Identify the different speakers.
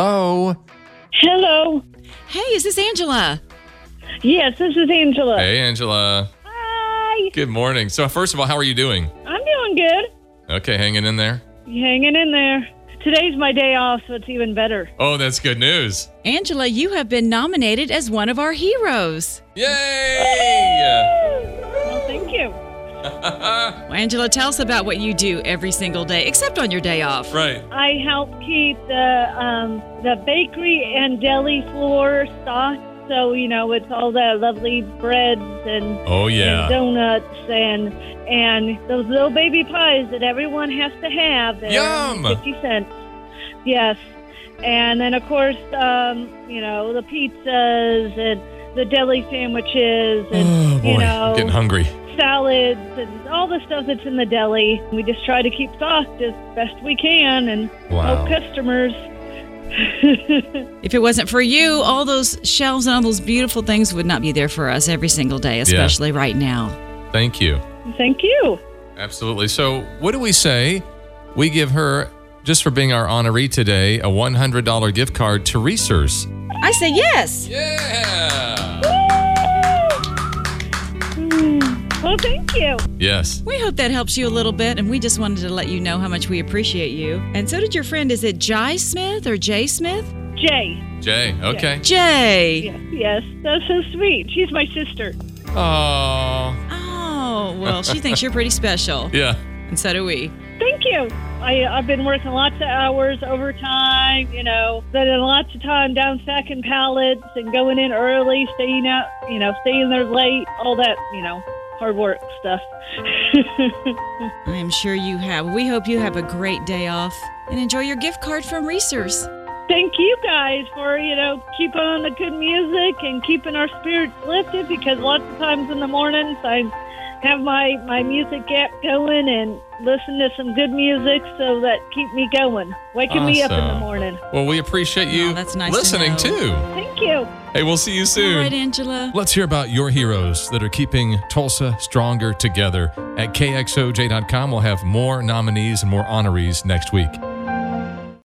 Speaker 1: Hello.
Speaker 2: Hello.
Speaker 3: Hey, is this Angela?
Speaker 2: Yes, this is Angela.
Speaker 1: Hey, Angela.
Speaker 2: Hi.
Speaker 1: Good morning. So, first of all, how are you doing?
Speaker 2: I'm doing good.
Speaker 1: Okay, hanging in there.
Speaker 2: You hanging in there. Today's my day off, so it's even better.
Speaker 1: Oh, that's good news.
Speaker 3: Angela, you have been nominated as one of our heroes.
Speaker 1: Yay!
Speaker 2: Well, thank you.
Speaker 3: Well, Angela, tell us about what you do every single day, except on your day off.
Speaker 1: Right.
Speaker 2: I help keep the um, the bakery and deli floor stocked, so you know it's all the lovely breads and,
Speaker 1: Oh,
Speaker 2: and
Speaker 1: yeah.
Speaker 2: donuts and and those little baby pies that everyone has to have. They're
Speaker 1: Yum.
Speaker 2: Fifty cents. Yes, and then of course um, you know the pizzas and the deli sandwiches and
Speaker 1: Oh, boy.
Speaker 2: you know
Speaker 1: I'm getting hungry.
Speaker 2: salads and all the stuff that's in the deli. We just try to keep stocked as best we can and
Speaker 1: Wow.
Speaker 2: help customers.
Speaker 3: If it wasn't for you, all those shelves and all those beautiful things would not be there for us every single day, especially right now.
Speaker 1: Thank you.
Speaker 2: Thank you.
Speaker 1: Absolutely. So, what do we say? We give her, just for being our honoree today, a $100 gift card to Reese's.
Speaker 3: I say yes.
Speaker 1: Yeah.
Speaker 2: Hmm. Well, thank you.
Speaker 1: Yes.
Speaker 3: We hope that helps you a little bit, and we just wanted to let you know how much we appreciate you. And so did your friend. Is it Jai Smith or Jay Smith?
Speaker 2: Jay.
Speaker 1: Jay. Okay.
Speaker 3: Jay.
Speaker 2: Yes, yes, that's so sweet. She's my sister.
Speaker 1: Oh,
Speaker 3: Oh, well, she thinks you're pretty special,
Speaker 1: yeah.
Speaker 3: and so do we.
Speaker 2: Thank you. I, I've been working lots of hours overtime, you know, spending lots of time down stacking pallets and going in early, staying out, you know, staying there late, all that, you know, hard work stuff.
Speaker 3: I am sure you have. We hope you have a great day off and enjoy your gift card from Reese's.
Speaker 2: thank you guys for you know keeping on the good music and keeping our spirits lifted because lots of times in the mornings I have my my music app going and listen to some good music so that keep me going, waking me up in the
Speaker 1: Awesome.
Speaker 2: morning.
Speaker 1: Well, we appreciate you
Speaker 3: Oh, that's nice to
Speaker 1: listening,
Speaker 3: know.
Speaker 1: too.
Speaker 2: Thank you.
Speaker 1: Hey, we'll see you soon.
Speaker 3: All right, Angela.
Speaker 1: Let's hear about your heroes that are keeping Tulsa stronger together. At KXOJ.com, we'll have more nominees and more honorees next week.